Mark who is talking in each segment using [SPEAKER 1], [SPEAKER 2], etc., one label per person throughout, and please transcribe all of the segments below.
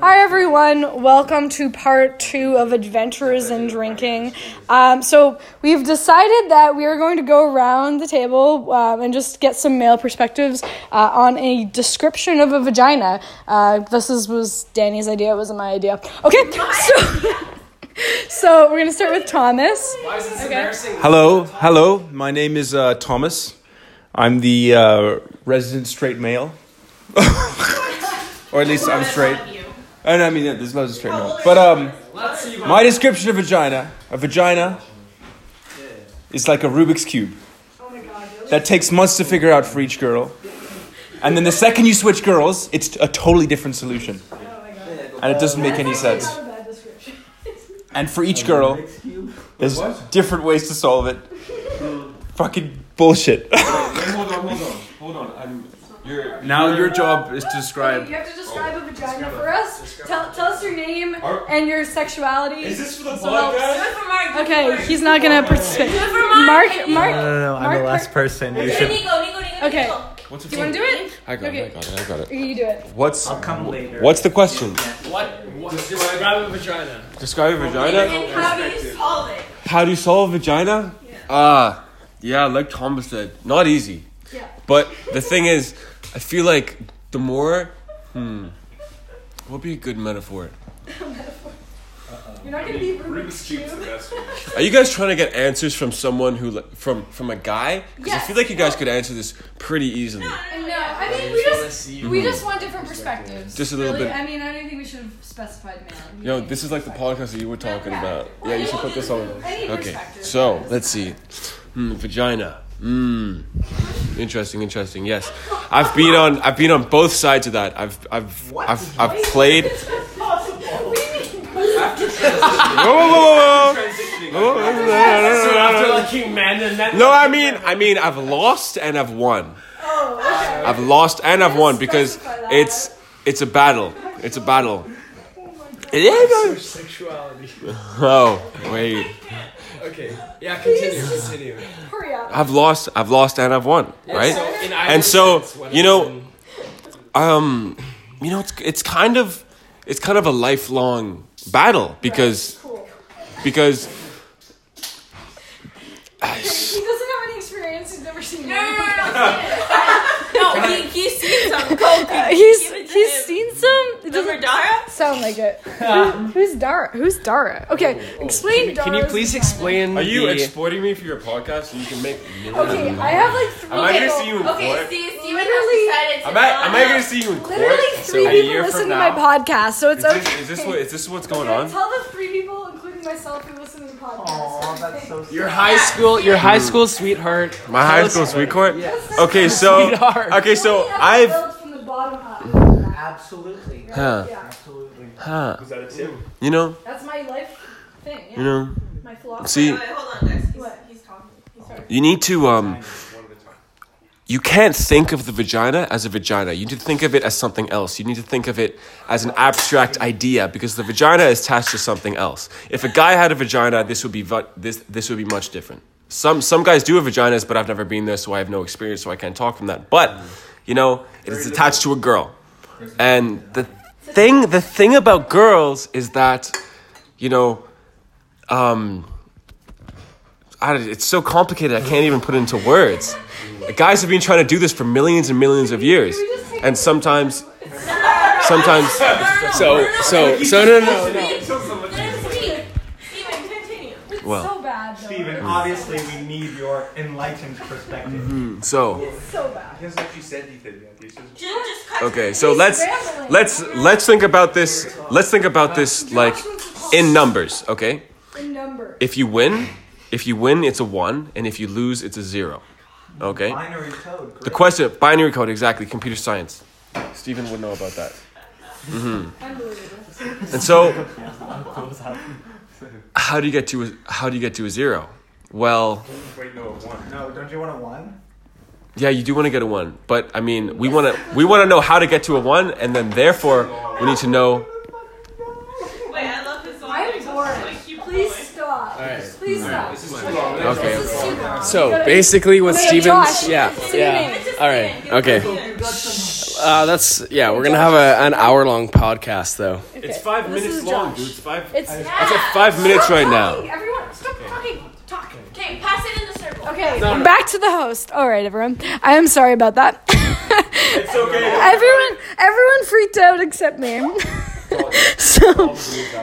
[SPEAKER 1] Hi everyone, welcome to part two of Adventures in Drinking. Um, so we've decided that we are going to go around the table um, and just get some male perspectives uh, on a description of a vagina. Uh, this is, was Danny's idea, it wasn't my idea. Okay, so, so we're gonna start with Thomas.
[SPEAKER 2] Hello, hello. My name is uh, Thomas. I'm the uh, resident straight male, or at least I'm straight. And I mean, yeah, this is a straight male. But um, my description of vagina, a vagina, is like a Rubik's cube that takes months to figure out for each girl, and then the second you switch girls, it's a totally different solution, and it doesn't make any sense. And for each girl, there's different ways to solve it. Fucking bullshit.
[SPEAKER 3] Hold on, hold on, hold on. I'm. You're.
[SPEAKER 2] Now your job is to describe. Oh,
[SPEAKER 1] You have to describe a vagina for us. Tell, tell us your name and your sexuality.
[SPEAKER 3] Is this for the podcast?
[SPEAKER 4] Good for Mark. Good
[SPEAKER 1] Okay,
[SPEAKER 4] for
[SPEAKER 1] he's not
[SPEAKER 2] Oh,
[SPEAKER 1] gonna participate.
[SPEAKER 4] Good for Mark.
[SPEAKER 1] Mark, Mark,
[SPEAKER 5] No, no, no. I'm
[SPEAKER 1] Mark-
[SPEAKER 5] the last person. You
[SPEAKER 4] Nico,
[SPEAKER 5] should.
[SPEAKER 4] Nico, Nico,
[SPEAKER 1] Okay.
[SPEAKER 4] Nico.
[SPEAKER 2] What's
[SPEAKER 1] do you wanna do it?
[SPEAKER 2] I got
[SPEAKER 1] it, I
[SPEAKER 2] got it. I got it.
[SPEAKER 1] You do it.
[SPEAKER 2] What's
[SPEAKER 5] I'll come later.
[SPEAKER 2] What's the question?
[SPEAKER 6] What? what? Describe a vagina.
[SPEAKER 2] Describe a vagina.
[SPEAKER 4] And how do you solve it?
[SPEAKER 2] How do you solve a vagina?
[SPEAKER 6] Ah, yeah, like Thomas said, not easy.
[SPEAKER 1] Yeah.
[SPEAKER 6] But the thing is, I feel like the more, hmm, what would be a good metaphor?
[SPEAKER 1] You're not gonna be rude.
[SPEAKER 6] Are you guys trying to get answers from someone who, li- from from a guy? Because I
[SPEAKER 1] Yes.
[SPEAKER 6] feel like you guys could answer this pretty easily.
[SPEAKER 1] No, I mean we just we just want different perspectives.
[SPEAKER 6] Just a little
[SPEAKER 1] really.
[SPEAKER 6] bit.
[SPEAKER 1] I mean, I don't think we should have specified man.
[SPEAKER 6] Yo, this is like the podcast that you were talking
[SPEAKER 1] Yeah.
[SPEAKER 6] about. Yeah, you should put this on.
[SPEAKER 1] I need
[SPEAKER 6] Okay,
[SPEAKER 1] perspective.
[SPEAKER 6] so let's see. Hmm, vagina. Mmm. Interesting, interesting. Yes, I've been on. I've been on both sides of that. I've, I've, I've, I've played. Whoa, whoa, whoa, whoa. Whoa, whoa, whoa, whoa, whoa, whoa, whoa.
[SPEAKER 3] King Man and that.
[SPEAKER 6] No, I mean, I mean, I've lost and I've won. I've lost and I've won because
[SPEAKER 1] specify that.
[SPEAKER 6] it's it's a battle. It's a battle. It is.
[SPEAKER 3] Sexuality.
[SPEAKER 6] Oh wait.
[SPEAKER 3] Okay. Yeah, continue, continue.
[SPEAKER 1] Hurry up.
[SPEAKER 6] I've lost, I've lost, and I've won, right?
[SPEAKER 3] So, in
[SPEAKER 6] and so, you know, um, you know, it's it's kind of it's kind of a lifelong battle because
[SPEAKER 1] Cool.
[SPEAKER 6] because
[SPEAKER 1] He doesn't have any experience. He's never seen.
[SPEAKER 4] No, no, no, no. no, he, he's seen some coke.
[SPEAKER 1] He's he's seen some. It
[SPEAKER 4] Remember
[SPEAKER 1] doesn't
[SPEAKER 4] Dara?
[SPEAKER 1] sound like it. Who's Dara? Who's Dara? Okay, explain.
[SPEAKER 3] Can you
[SPEAKER 1] Dara's
[SPEAKER 3] please
[SPEAKER 1] vagina.
[SPEAKER 3] explain? the-
[SPEAKER 6] exploiting me for your podcast so you can make?
[SPEAKER 1] Okay, I have like three.
[SPEAKER 6] I gonna
[SPEAKER 1] people-
[SPEAKER 6] see you in
[SPEAKER 4] Okay,
[SPEAKER 6] court?
[SPEAKER 4] see, see, we
[SPEAKER 1] Literally-
[SPEAKER 4] decided to
[SPEAKER 6] Am I am I
[SPEAKER 4] not-
[SPEAKER 6] gonna see you in court?
[SPEAKER 1] Literally three
[SPEAKER 6] a
[SPEAKER 1] people
[SPEAKER 6] year
[SPEAKER 1] listen
[SPEAKER 6] from
[SPEAKER 1] to my
[SPEAKER 6] now?
[SPEAKER 1] podcast, so it's
[SPEAKER 6] Is
[SPEAKER 1] okay.
[SPEAKER 6] this, is this what is this what's going
[SPEAKER 1] Okay,
[SPEAKER 6] on?
[SPEAKER 1] Tell the three people, including myself, who listen to the podcast.
[SPEAKER 5] Aw, that's so
[SPEAKER 3] Your high school, your high school sweetheart.
[SPEAKER 6] Mm. My high
[SPEAKER 3] Tell us
[SPEAKER 6] school
[SPEAKER 3] about it.
[SPEAKER 6] sweetheart. Okay, so
[SPEAKER 3] Sweetheart.
[SPEAKER 6] okay, so
[SPEAKER 1] Only ever
[SPEAKER 6] I've
[SPEAKER 1] built from the bottom up.
[SPEAKER 5] absolutely,
[SPEAKER 6] huh,
[SPEAKER 1] Yeah,
[SPEAKER 5] absolutely.
[SPEAKER 6] huh.
[SPEAKER 3] that a tip?
[SPEAKER 6] You know,
[SPEAKER 1] that's my life thing. Yeah.
[SPEAKER 6] you know.
[SPEAKER 1] My philosophy.
[SPEAKER 6] See,
[SPEAKER 4] Wait, wait, hold on, guys. He's,
[SPEAKER 1] What?
[SPEAKER 4] he's talking. He's talking.
[SPEAKER 6] You need to um you can't think of the vagina as a vagina. You need to think of it as something else. You need to think of it as an abstract idea because the vagina is attached to something else. If a guy had a vagina, this would be va- this this would be much different. Some some guys do have vaginas, but I've never been there, so I have no experience, so I can't talk from that. But you know, it is attached to a girl, and the thing the thing about girls is that you know um, I, it's so complicated. I can't even put it into words. Guys have been trying to do this for millions and millions of years, and sometimes, sometimes.
[SPEAKER 3] So so so no no no.
[SPEAKER 4] Let him speak. Steven, continue.
[SPEAKER 1] It's
[SPEAKER 6] well.
[SPEAKER 1] so bad. Though.
[SPEAKER 5] Steven, obviously, we need your enlightened perspective.
[SPEAKER 6] So
[SPEAKER 1] So bad.
[SPEAKER 7] That's what you said you did. Matthew. It's just-
[SPEAKER 4] Just, just cut
[SPEAKER 6] okay, so let's let's let's think about this. Let's think about this like in numbers. Okay,
[SPEAKER 1] In number.
[SPEAKER 6] if you win, if you win, it's a one, and if you lose, it's a zero. Okay.
[SPEAKER 5] Binary code.
[SPEAKER 6] The
[SPEAKER 5] Great.
[SPEAKER 6] question, binary code, exactly. Computer science. Stephen would know about that.
[SPEAKER 1] Unbelievable.
[SPEAKER 6] And so, how do you get to a, how do you get to a zero? Well,
[SPEAKER 7] Wait, no, one.
[SPEAKER 5] no, don't you want a one?
[SPEAKER 6] yeah, you do want to get a one, but I mean, we want to we want to know how to get to a one, and then therefore we need to know.
[SPEAKER 4] Wait, I love this one.
[SPEAKER 1] I'm bored. Please stop. Please stop. This
[SPEAKER 6] Okay.
[SPEAKER 1] is too long.
[SPEAKER 3] So basically, what
[SPEAKER 1] Wait,
[SPEAKER 3] Stevens?
[SPEAKER 1] Josh.
[SPEAKER 3] Yeah
[SPEAKER 1] Steven.
[SPEAKER 3] yeah. All right. Okay.
[SPEAKER 8] Uh, that's yeah. We're gonna have a, an hour long podcast though.
[SPEAKER 6] It's five
[SPEAKER 1] This
[SPEAKER 6] minutes
[SPEAKER 1] is
[SPEAKER 6] long,
[SPEAKER 1] Josh.
[SPEAKER 6] dude. It's five.
[SPEAKER 1] It's
[SPEAKER 6] It's at five minutes right now.
[SPEAKER 4] Everyone, stop talking. Talk. Okay, pass it in the circle.
[SPEAKER 1] okay. Back to the host. All right, everyone. I am sorry about that.
[SPEAKER 7] It's okay.
[SPEAKER 1] everyone, everyone freaked out except me. so,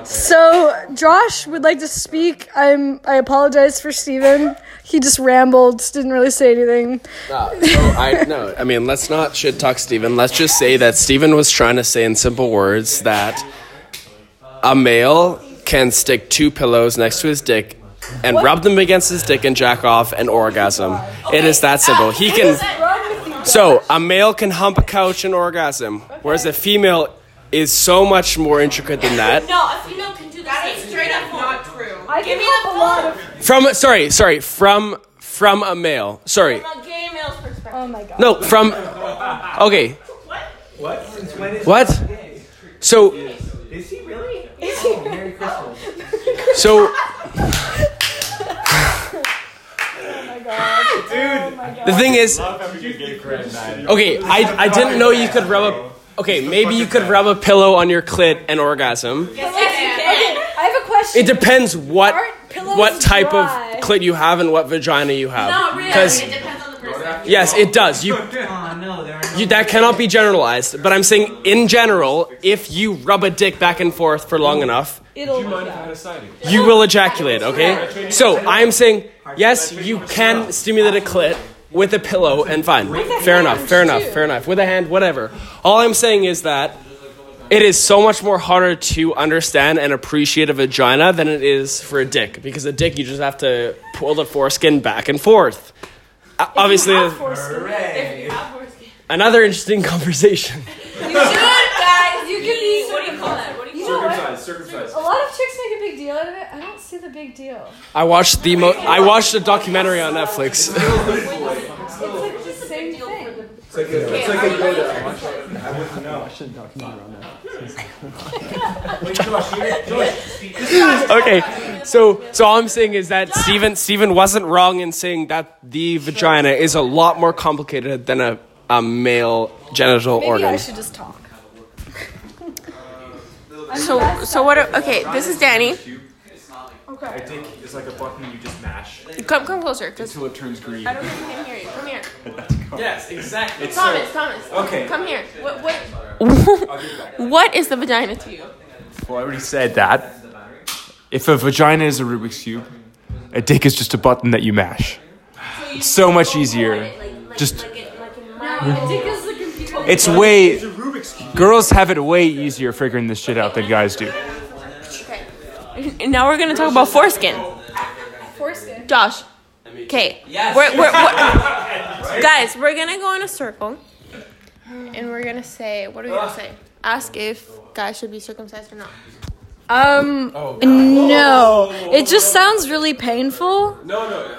[SPEAKER 1] so Josh would like to speak. I'm. I apologize for Steven. He just rambled. Didn't really say anything.
[SPEAKER 8] so I no. I mean, let's not shit talk Steven. Let's just say that Steven was trying to say in simple words that a male can stick two pillows next to his dick and rub them against his dick and jack off and orgasm. It is that simple. He can. So a male can hump a couch and orgasm, whereas a female is so much more intricate than that.
[SPEAKER 4] No, a female can do that. That is straight up not true.
[SPEAKER 1] I can
[SPEAKER 4] Give me
[SPEAKER 1] help a lot of.
[SPEAKER 4] the
[SPEAKER 8] From sorry, sorry, from from a male. Sorry,
[SPEAKER 4] phone. From a gay male's perspective.
[SPEAKER 1] Oh my god.
[SPEAKER 8] no, from. Okay,
[SPEAKER 5] What? Since when is
[SPEAKER 8] what? So
[SPEAKER 5] Is he really?
[SPEAKER 8] So. Dude, the thing is, okay, I, I didn't know you could rub a. Okay, maybe you could rub a pillow on your clit and orgasm.
[SPEAKER 4] Yes, you can.
[SPEAKER 1] I have a question.
[SPEAKER 8] It depends what
[SPEAKER 1] Aren't pillows
[SPEAKER 8] what type
[SPEAKER 1] dry?
[SPEAKER 8] of clit you have and what vagina you have.
[SPEAKER 4] Not really.
[SPEAKER 8] Because
[SPEAKER 4] It depends on the person.
[SPEAKER 8] yes, it does. You,
[SPEAKER 5] Oh no, there are no
[SPEAKER 8] you that cannot be generalized. But I'm saying in general, if you rub a dick back and forth for long enough,
[SPEAKER 1] It'll.
[SPEAKER 8] you will ejaculate, okay? So I'm saying, yes, you can stimulate a clit with a pillow and fine. Fair enough, fair enough, fair enough. With a hand, whatever. All I'm saying is that it is so much more harder to understand and appreciate a vagina than it is for a dick. Because a dick, you just have to pull the foreskin back and forth. Uh, Obviously, another interesting conversation.
[SPEAKER 4] You should, guys. You can be. What do you call that? What do you call that?
[SPEAKER 1] A lot of chicks make a big deal out of it. I don't see the big deal.
[SPEAKER 8] I watched the mo- I watched a documentary on Netflix.
[SPEAKER 1] It's like the same thing.
[SPEAKER 8] okay. So so all I'm saying is that Steven Steven wasn't wrong in saying that the vagina is a lot more complicated than a, a male genital
[SPEAKER 1] Maybe I
[SPEAKER 8] organ.
[SPEAKER 1] should just talk.
[SPEAKER 4] So, so what? Are, okay, this is Danny.
[SPEAKER 7] I think it's like a button you just mash
[SPEAKER 4] Come, come closer, cause
[SPEAKER 7] until it turns green.
[SPEAKER 4] I don't think we can hear you. Come here,
[SPEAKER 8] Yes, exactly.
[SPEAKER 4] Thomas. Thomas.
[SPEAKER 7] Okay.
[SPEAKER 4] Come here. What? What? what is the vagina to you?
[SPEAKER 7] Well, I already said that. If a vagina is a Rubik's cube, a dick is just a button that you mash. It's so much easier. Just it's way. Girls have it way easier figuring this shit out than guys do.
[SPEAKER 4] And now we're gonna talk about foreskin.
[SPEAKER 1] Foreskin.
[SPEAKER 4] Josh. Okay. We're, we're, we're, guys, we're gonna go in a circle, and we're gonna say, what are we gonna say? Ask if guys should be circumcised or not.
[SPEAKER 1] Um, no. It just sounds really painful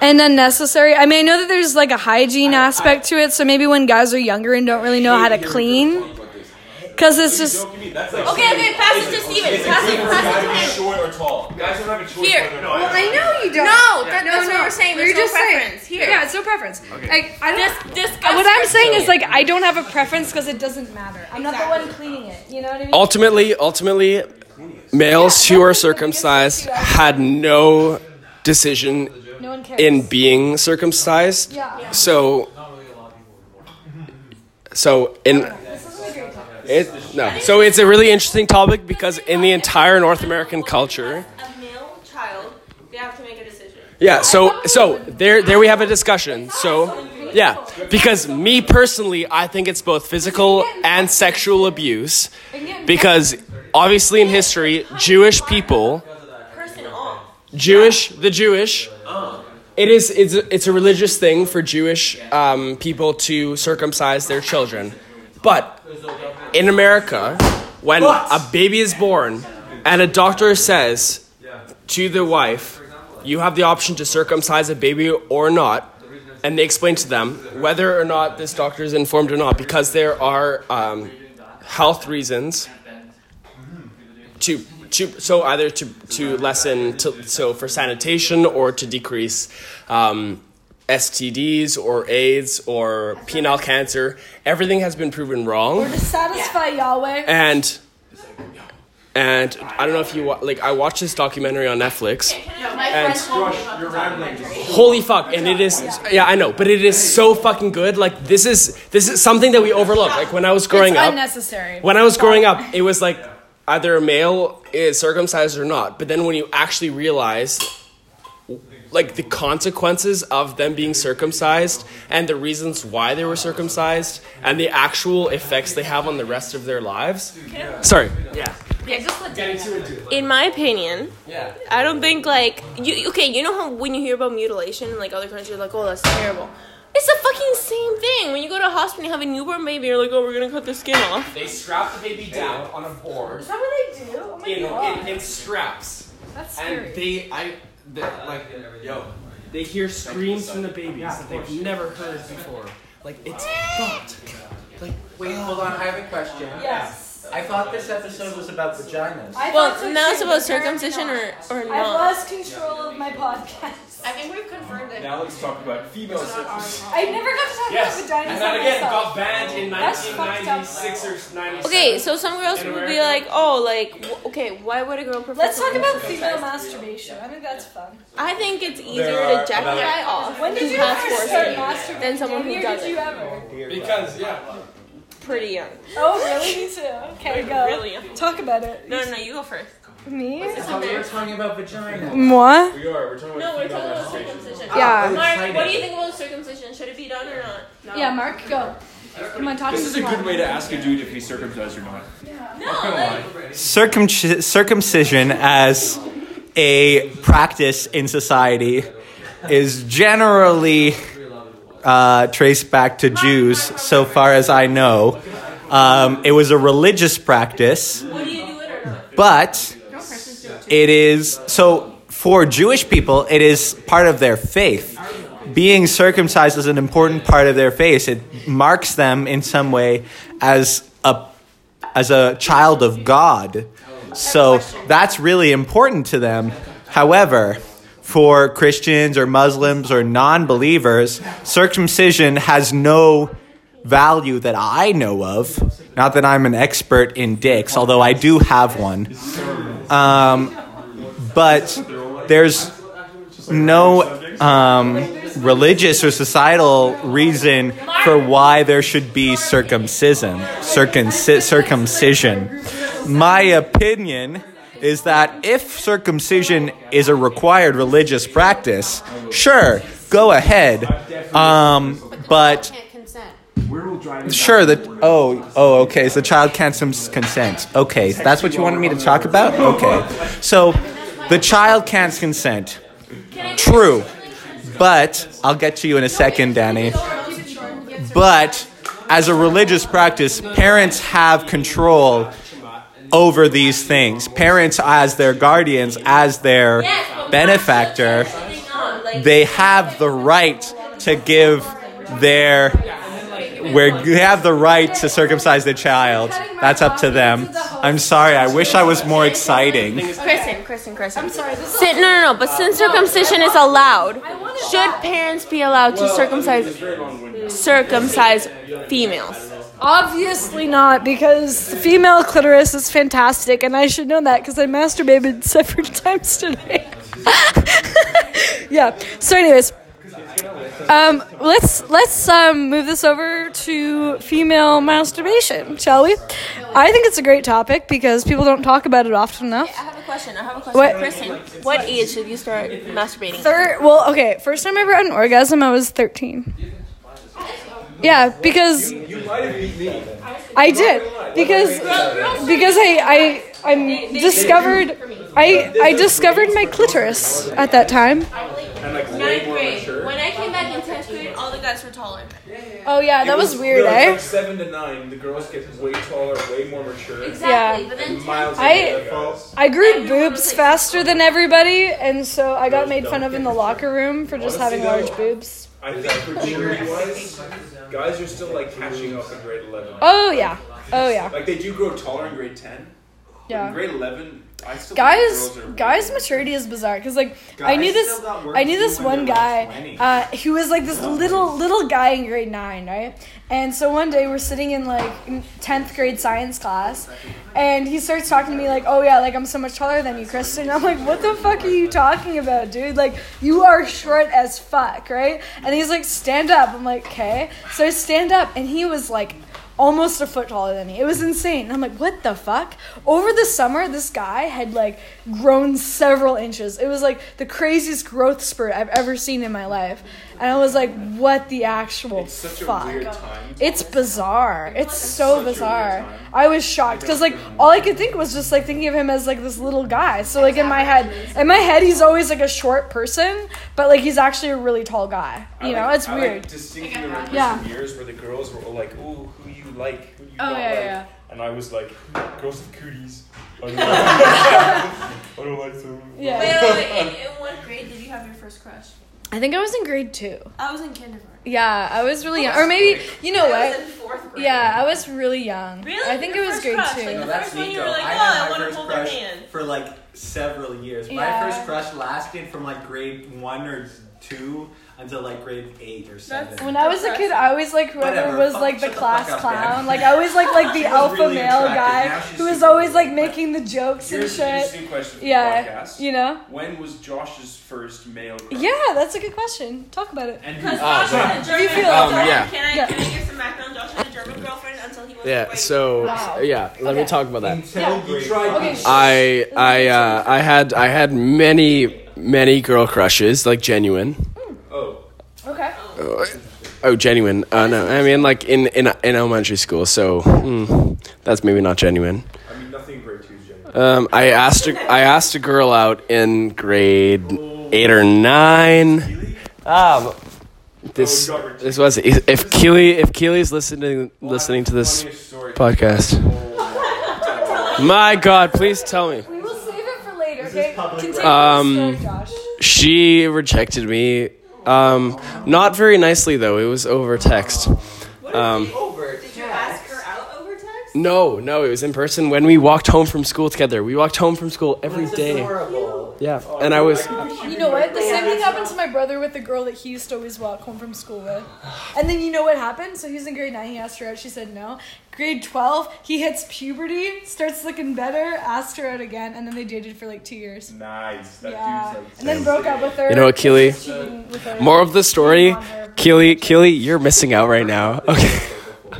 [SPEAKER 1] and unnecessary. I mean, I know that there's like a hygiene aspect to it, so maybe when guys are younger and don't really know how to clean, because it's just
[SPEAKER 4] Okay, okay, pass it to Steven. Pass it, pass it to him. Here.
[SPEAKER 1] Well, I know you don't.
[SPEAKER 4] No, that- that's what we're saying. There's no preference. Here.
[SPEAKER 1] Yeah, it's no preference. Like, I don't.
[SPEAKER 4] Dis- discuss.
[SPEAKER 1] what I'm saying is like I don't have a preference because it doesn't matter. I'm not the one cleaning it. You know what I mean?
[SPEAKER 8] Ultimately, ultimately, males who are circumcised had no decision
[SPEAKER 1] no one cares.
[SPEAKER 8] in being circumcised.
[SPEAKER 1] yeah.
[SPEAKER 8] So so in
[SPEAKER 1] This isn't a great topic.
[SPEAKER 8] it no. So it's a really interesting topic because in the entire North American culture
[SPEAKER 4] a male child, they have to make a decision.
[SPEAKER 8] Yeah, so so there there we have a discussion. So yeah, because me personally, I think it's both physical and sexual abuse because obviously in history, Jewish people,
[SPEAKER 4] Person on.
[SPEAKER 8] Jewish the Jewish it is it's a, it's a religious thing for Jewish um, people to circumcise their children. But in America, when a baby is born and a doctor says to the wife, you have the option to circumcise a baby or not, and they explain to them whether or not this doctor is informed or not, because there are um, health reasons to to so either to to lessen to, so for sanitation or to decrease um, STDs or AIDS or penile cancer. Everything has been proven wrong.
[SPEAKER 1] To satisfy Yahweh.
[SPEAKER 8] And and I don't know if you wa- like I watched this documentary on Netflix. And holy fuck, and it is yeah, I know, but it is so fucking good. Like this is this is something that we overlook. Like when I was growing
[SPEAKER 1] it's
[SPEAKER 8] up,
[SPEAKER 1] unnecessary.
[SPEAKER 8] when I was growing up, it was like either a male is circumcised or not. But then when you actually realize like the consequences of them being circumcised and the reasons why they were circumcised and the actual effects they have on the rest of their lives. Sorry. Yeah.
[SPEAKER 4] in my opinion, I don't think like you. Okay, you know how when you hear about mutilation in like other countries, like oh that's terrible. It's the fucking same thing. When you go to a hospital and you have a newborn baby, you're like, oh, we're gonna cut the skin off.
[SPEAKER 8] They strap the baby down on a board
[SPEAKER 1] Is that what they do? Oh my god.
[SPEAKER 8] straps.
[SPEAKER 1] That's scary.
[SPEAKER 8] they I the, like yo they hear screams from the babies that they've never heard before. Like it's fucked.
[SPEAKER 9] Wait, hold on. I have a question.
[SPEAKER 1] yes.
[SPEAKER 9] I thought this episode was about vaginas.
[SPEAKER 1] I
[SPEAKER 4] Well,
[SPEAKER 1] thought so
[SPEAKER 4] now it's
[SPEAKER 1] too,
[SPEAKER 4] about
[SPEAKER 1] but apparently
[SPEAKER 4] circumcision
[SPEAKER 1] not.
[SPEAKER 4] or, or
[SPEAKER 1] I
[SPEAKER 4] not.
[SPEAKER 1] lost control of my podcast.
[SPEAKER 4] I think we've confirmed it.
[SPEAKER 3] Now let's talk about female circumcision.
[SPEAKER 1] I never got to talk
[SPEAKER 8] Yes.
[SPEAKER 1] about vaginas
[SPEAKER 8] And that again
[SPEAKER 1] myself.
[SPEAKER 8] got banned in
[SPEAKER 1] That's fucked up.
[SPEAKER 8] 1996 or 97.
[SPEAKER 4] Okay, so some girls would be like, oh, like, w- okay, why would a girl prefer?
[SPEAKER 1] Let's
[SPEAKER 4] to
[SPEAKER 1] talk
[SPEAKER 4] be
[SPEAKER 1] about
[SPEAKER 4] circumcised?
[SPEAKER 1] female masturbation. I think that's fun.
[SPEAKER 4] I think it's easier
[SPEAKER 3] There
[SPEAKER 4] to
[SPEAKER 3] are
[SPEAKER 4] jack a
[SPEAKER 3] about-
[SPEAKER 4] guy off
[SPEAKER 1] When did
[SPEAKER 4] who
[SPEAKER 1] you
[SPEAKER 4] has
[SPEAKER 1] first start
[SPEAKER 4] foreskin
[SPEAKER 1] masturbating?
[SPEAKER 4] than someone
[SPEAKER 1] When
[SPEAKER 4] who
[SPEAKER 1] did you
[SPEAKER 4] doesn't.
[SPEAKER 1] ever?
[SPEAKER 8] Because yeah.
[SPEAKER 4] Pretty young.
[SPEAKER 1] Oh, really? Me too. Okay, go.
[SPEAKER 4] Really young.
[SPEAKER 1] Talk about it.
[SPEAKER 4] No, no, no, you go first.
[SPEAKER 1] Me?
[SPEAKER 9] thought we were talking about vagina.
[SPEAKER 1] Moi?
[SPEAKER 3] We are. We're talking
[SPEAKER 4] No,
[SPEAKER 3] about
[SPEAKER 4] we're talking
[SPEAKER 3] female
[SPEAKER 4] about
[SPEAKER 3] masturbation.
[SPEAKER 4] circumcision.
[SPEAKER 1] Yeah.
[SPEAKER 4] Mark, what do you think about circumcision? Should it be done or not?
[SPEAKER 1] Yeah, Mark, go. Come on, talk
[SPEAKER 3] This
[SPEAKER 1] to
[SPEAKER 3] is a
[SPEAKER 1] someone.
[SPEAKER 3] good way to ask a dude if he's circumcised or not.
[SPEAKER 5] Circumci- circumcision as a practice in society is generally uh, traced back to Jews, so far as I know. Um, it was a religious practice,
[SPEAKER 4] Would you do it or not?
[SPEAKER 5] but it is so for Jewish people, it is part of their faith. Being circumcised is an important part of their faith. It marks them in some way as a as a child of God. So that's really important to them. However, for Christians or Muslims or non-believers, circumcision has no value that I know of. Not that I'm an expert in dicks, although I do have one. Um, but there's no um, religious or societal reason for why there should be circumcision. Circumci- circumcision. My opinion is that if circumcision is a required religious practice, sure, go ahead. Um, but
[SPEAKER 4] Can't consent.
[SPEAKER 5] sure that oh oh okay so the child can't cons- consent okay so that's what you wanted me to talk about okay so the child can't consent true but i'll get to you in a second danny but as a religious practice parents have control over these things parents as their guardians as their benefactor they have the right to give their where they have the right to circumcise the child. That's up to them. I'm sorry. I wish I was more exciting.
[SPEAKER 4] Kristen, Kristen, Kristen.
[SPEAKER 1] I'm sorry. This is
[SPEAKER 4] Sin- no, no, no. But since circumcision is allowed,
[SPEAKER 1] wanna-
[SPEAKER 4] should parents be allowed to circumcise circumcise females?
[SPEAKER 1] Obviously not, because the female clitoris is fantastic, and I should know that because I masturbated several times today. yeah. So, anyways, um, let's let's um, move this over to female masturbation, shall we? I think it's a great topic because people don't talk about it often enough.
[SPEAKER 4] I have a question. I have a question.
[SPEAKER 1] What-
[SPEAKER 4] Kristen, what age should you start masturbating?
[SPEAKER 1] Thir- well, okay. First time I ever had an orgasm, I was 13. Yeah, because I did because because I I I discovered I I discovered my clitoris at that time.
[SPEAKER 4] Ninth grade. When I came back in tenth grade, all the guys were taller.
[SPEAKER 1] Oh yeah, that was weird,
[SPEAKER 3] no, it's
[SPEAKER 1] eh?
[SPEAKER 3] From seven to nine, the girls get way taller, way more mature.
[SPEAKER 1] Yeah.
[SPEAKER 4] But then
[SPEAKER 3] Miles
[SPEAKER 1] I-
[SPEAKER 3] false.
[SPEAKER 1] I grew boobs faster than everybody, and so I got made fun of in the locker room for just having large boobs.
[SPEAKER 3] I think maturity wise, guys are still like catching up in grade eleven.
[SPEAKER 1] Oh yeah, oh yeah,
[SPEAKER 3] Like they do grow taller in grade ten.
[SPEAKER 1] Yeah.
[SPEAKER 2] Grade eleven. I still
[SPEAKER 1] guys
[SPEAKER 2] think girls are-
[SPEAKER 1] guys maturity is bizarre because like i
[SPEAKER 2] Guys
[SPEAKER 1] knew this
[SPEAKER 2] still got work
[SPEAKER 1] i knew
[SPEAKER 2] to do
[SPEAKER 1] this
[SPEAKER 2] when
[SPEAKER 1] one
[SPEAKER 2] they're
[SPEAKER 1] guy
[SPEAKER 2] like 20.
[SPEAKER 1] uh, he was like this little little guy in grade 9 right and so one day we're sitting in like in 10th grade science class and he starts talking to me like oh yeah like i'm so much taller than you kristen i'm like what the fuck are you talking about dude like you are short as fuck right and he's like stand up i'm like okay so i stand up and he was like almost a foot taller than me. It was insane. And I'm like, what the fuck? Over the summer, this guy had like grown several inches. It was like the craziest growth spurt I've ever seen in my life. And I was like, what the actual fuck? It's bizarre. It's so bizarre. I was shocked because like all I could think was just like thinking of him as like this little guy. So like in my head, in my head, he's always like a short person, but like he's actually a really tall guy. You know, it's
[SPEAKER 2] I
[SPEAKER 1] weird.
[SPEAKER 2] Like distinctly remember
[SPEAKER 1] Yeah.
[SPEAKER 2] some years where the girls were all like, "Ooh, who you like? Who you
[SPEAKER 1] Oh,
[SPEAKER 2] not
[SPEAKER 1] yeah,
[SPEAKER 2] like?"
[SPEAKER 1] yeah.
[SPEAKER 2] And I was like, "Girls with cooties." I don't like- I don't like them.
[SPEAKER 1] Yeah.
[SPEAKER 4] Wait, wait, wait. In, in what grade did you have your first crush?
[SPEAKER 1] I think I was in grade two.
[SPEAKER 4] I was in kindergarten.
[SPEAKER 1] Yeah, I was really young. Or maybe you know
[SPEAKER 4] Oh, I was in
[SPEAKER 1] what?
[SPEAKER 4] fourth grade.
[SPEAKER 1] Oh, Yeah, I was really young.
[SPEAKER 4] Really?
[SPEAKER 1] I think
[SPEAKER 4] Your
[SPEAKER 1] it was
[SPEAKER 4] first
[SPEAKER 1] grade
[SPEAKER 4] crush,
[SPEAKER 1] two.
[SPEAKER 4] like-
[SPEAKER 9] No,
[SPEAKER 4] The
[SPEAKER 9] that's
[SPEAKER 4] first one
[SPEAKER 9] me
[SPEAKER 4] you
[SPEAKER 9] though.
[SPEAKER 4] were like,
[SPEAKER 9] I
[SPEAKER 4] "Oh, I
[SPEAKER 9] had
[SPEAKER 4] wanna
[SPEAKER 9] my first
[SPEAKER 4] hold their
[SPEAKER 9] crush
[SPEAKER 4] hand."
[SPEAKER 9] for like several years.
[SPEAKER 1] Yeah.
[SPEAKER 9] My first crush lasted from like grade one or two until like grade eight or seven.
[SPEAKER 1] When I was a kid, I always like whoever
[SPEAKER 9] Whatever,
[SPEAKER 1] was
[SPEAKER 9] fuck-
[SPEAKER 1] like the
[SPEAKER 9] shut the
[SPEAKER 1] class
[SPEAKER 9] fuck up,
[SPEAKER 1] clown.
[SPEAKER 9] man.
[SPEAKER 1] Like I was like like the
[SPEAKER 9] She was
[SPEAKER 1] alpha
[SPEAKER 9] really
[SPEAKER 1] male
[SPEAKER 9] attractive.
[SPEAKER 1] guy
[SPEAKER 9] Now she's
[SPEAKER 1] who was
[SPEAKER 9] super
[SPEAKER 1] always
[SPEAKER 9] old,
[SPEAKER 1] like
[SPEAKER 9] but-
[SPEAKER 1] making the jokes and
[SPEAKER 2] Here's an
[SPEAKER 1] shit.
[SPEAKER 2] interesting question for
[SPEAKER 1] Yeah,
[SPEAKER 2] the podcast.
[SPEAKER 1] you know.
[SPEAKER 2] When was Josh's first male? crush?
[SPEAKER 1] Yeah, that's a good question. Talk about it.
[SPEAKER 2] And who
[SPEAKER 4] Because
[SPEAKER 9] uh,
[SPEAKER 4] Josh had a German
[SPEAKER 1] feel-
[SPEAKER 4] girlfriend.
[SPEAKER 8] Um, yeah.
[SPEAKER 4] Can I,
[SPEAKER 1] Yeah.
[SPEAKER 4] can I give some background? Josh had a German girlfriend until he was
[SPEAKER 8] Yeah.
[SPEAKER 4] white.
[SPEAKER 8] So
[SPEAKER 1] Wow.
[SPEAKER 8] yeah, let me
[SPEAKER 1] Okay.
[SPEAKER 8] talk about that.
[SPEAKER 9] Until
[SPEAKER 1] Yeah.
[SPEAKER 9] grade
[SPEAKER 1] Okay.
[SPEAKER 8] I I uh, I had I had many many girl crushes like genuine.
[SPEAKER 1] Okay.
[SPEAKER 8] Oh, genuine. Uh, no, I mean like in in in elementary school. So mm, that's maybe not genuine.
[SPEAKER 2] I mean, nothing in grade two is genuine.
[SPEAKER 8] Um, I asked a, I asked a girl out in grade eight or nine. Um, this
[SPEAKER 2] Oh,
[SPEAKER 8] this was if Keely if Keely's listening listening to this
[SPEAKER 2] Funniest story. Oh,
[SPEAKER 8] podcast. My God, please tell me.
[SPEAKER 1] We will save it for later. Okay. Continue with
[SPEAKER 8] Um,
[SPEAKER 1] the story, Josh.
[SPEAKER 8] She rejected me. Um, not very nicely though. It was over text. Um,
[SPEAKER 4] Did you ask her out over text?
[SPEAKER 8] no, no, it was in person when we walked home from school together. We walked home from school every day. Yeah, and I was
[SPEAKER 1] You know what? The same thing happened to my brother with the girl that he used to always walk home from school with. And then you know what happened? So he was in grade nine. He asked her out. She said no. Grade twelve, he hits puberty, starts looking better, asked her out again, and then they dated for like two years.
[SPEAKER 2] Nice. That
[SPEAKER 1] Yeah,
[SPEAKER 2] dude's like.
[SPEAKER 1] and then broke up with her.
[SPEAKER 8] You know what, Keely?
[SPEAKER 1] Cheating with her.
[SPEAKER 8] Moral of the story,
[SPEAKER 1] On her.
[SPEAKER 8] Keely, Keely, you're missing out right now. Okay,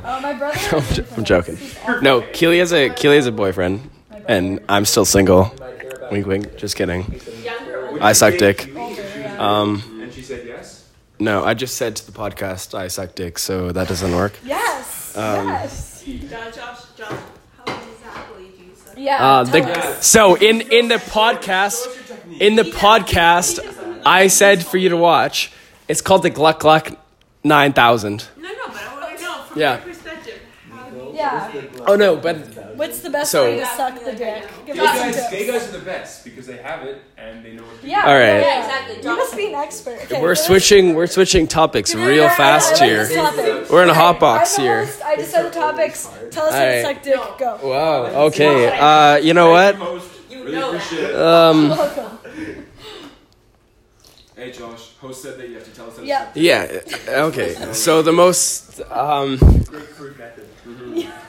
[SPEAKER 1] Oh, my brother.
[SPEAKER 8] I'm, j- I'm joking. No, Keely has a Keely has a boyfriend, and I'm still single. Wink, wink. Just kidding. I suck dick. Um,
[SPEAKER 2] And she said yes.
[SPEAKER 8] no, I just said to the podcast I suck dick, so that doesn't work.
[SPEAKER 1] Yes.
[SPEAKER 8] Um,
[SPEAKER 1] yes.
[SPEAKER 4] Josh, Josh, Josh. How exactly do you suck?
[SPEAKER 1] Yeah.
[SPEAKER 8] Uh,
[SPEAKER 1] tell
[SPEAKER 8] the,
[SPEAKER 1] us.
[SPEAKER 8] so in in the podcast, in the podcast, I said for you to watch. It's called the Gluck Gluck Nine Thousand.
[SPEAKER 4] No, no, but I want to know from
[SPEAKER 8] Yeah.
[SPEAKER 4] your perspective. How do you
[SPEAKER 1] Yeah.
[SPEAKER 8] Oh no, but
[SPEAKER 1] What's the best
[SPEAKER 8] So-
[SPEAKER 1] way to suck the dick? Give
[SPEAKER 2] Gay
[SPEAKER 1] us some
[SPEAKER 2] guys, gay
[SPEAKER 1] tips.
[SPEAKER 2] guys are the best because they have it and they know what to do.
[SPEAKER 1] Yeah.
[SPEAKER 8] All right.
[SPEAKER 1] yeah,
[SPEAKER 4] exactly.
[SPEAKER 1] You must be an expert. Okay,
[SPEAKER 8] we're
[SPEAKER 1] what is-
[SPEAKER 8] switching we're switching topics real fast
[SPEAKER 1] I like this
[SPEAKER 8] here.
[SPEAKER 1] topic.
[SPEAKER 8] We're in a hot
[SPEAKER 1] Okay,
[SPEAKER 8] box
[SPEAKER 1] I'm the
[SPEAKER 8] here.
[SPEAKER 1] host. I just said the topics. Tell us how to
[SPEAKER 8] Alright.
[SPEAKER 1] suck dick. Go.
[SPEAKER 8] Wow. Okay. Uh, you know what?
[SPEAKER 2] Host, really appreciate it.
[SPEAKER 8] Um,
[SPEAKER 1] Welcome.
[SPEAKER 2] Hey Josh, host said that you have to tell us. how to
[SPEAKER 1] Yeah.
[SPEAKER 2] suck
[SPEAKER 8] yeah. Okay. So the most um,
[SPEAKER 2] Grapefruit method.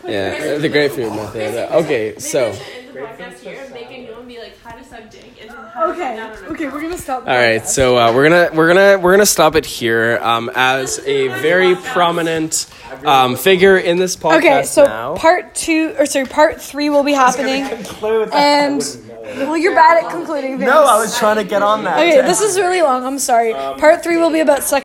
[SPEAKER 8] yeah the grapefruit method. Okay. So
[SPEAKER 4] end the podcast here and make a new one be like how to suck dick and then how to
[SPEAKER 1] Okay. Okay, we're gonna stop.
[SPEAKER 8] all right. So uh, we're gonna we're gonna we're gonna stop it here. Um, as a very prominent um, figure in this podcast
[SPEAKER 1] Okay, so
[SPEAKER 8] now.
[SPEAKER 1] part two or sorry, part three will be happening. And well, you're bad at concluding things.
[SPEAKER 5] trying to get on that.
[SPEAKER 1] Okay, this is really long. I'm sorry. Part three will be about sex.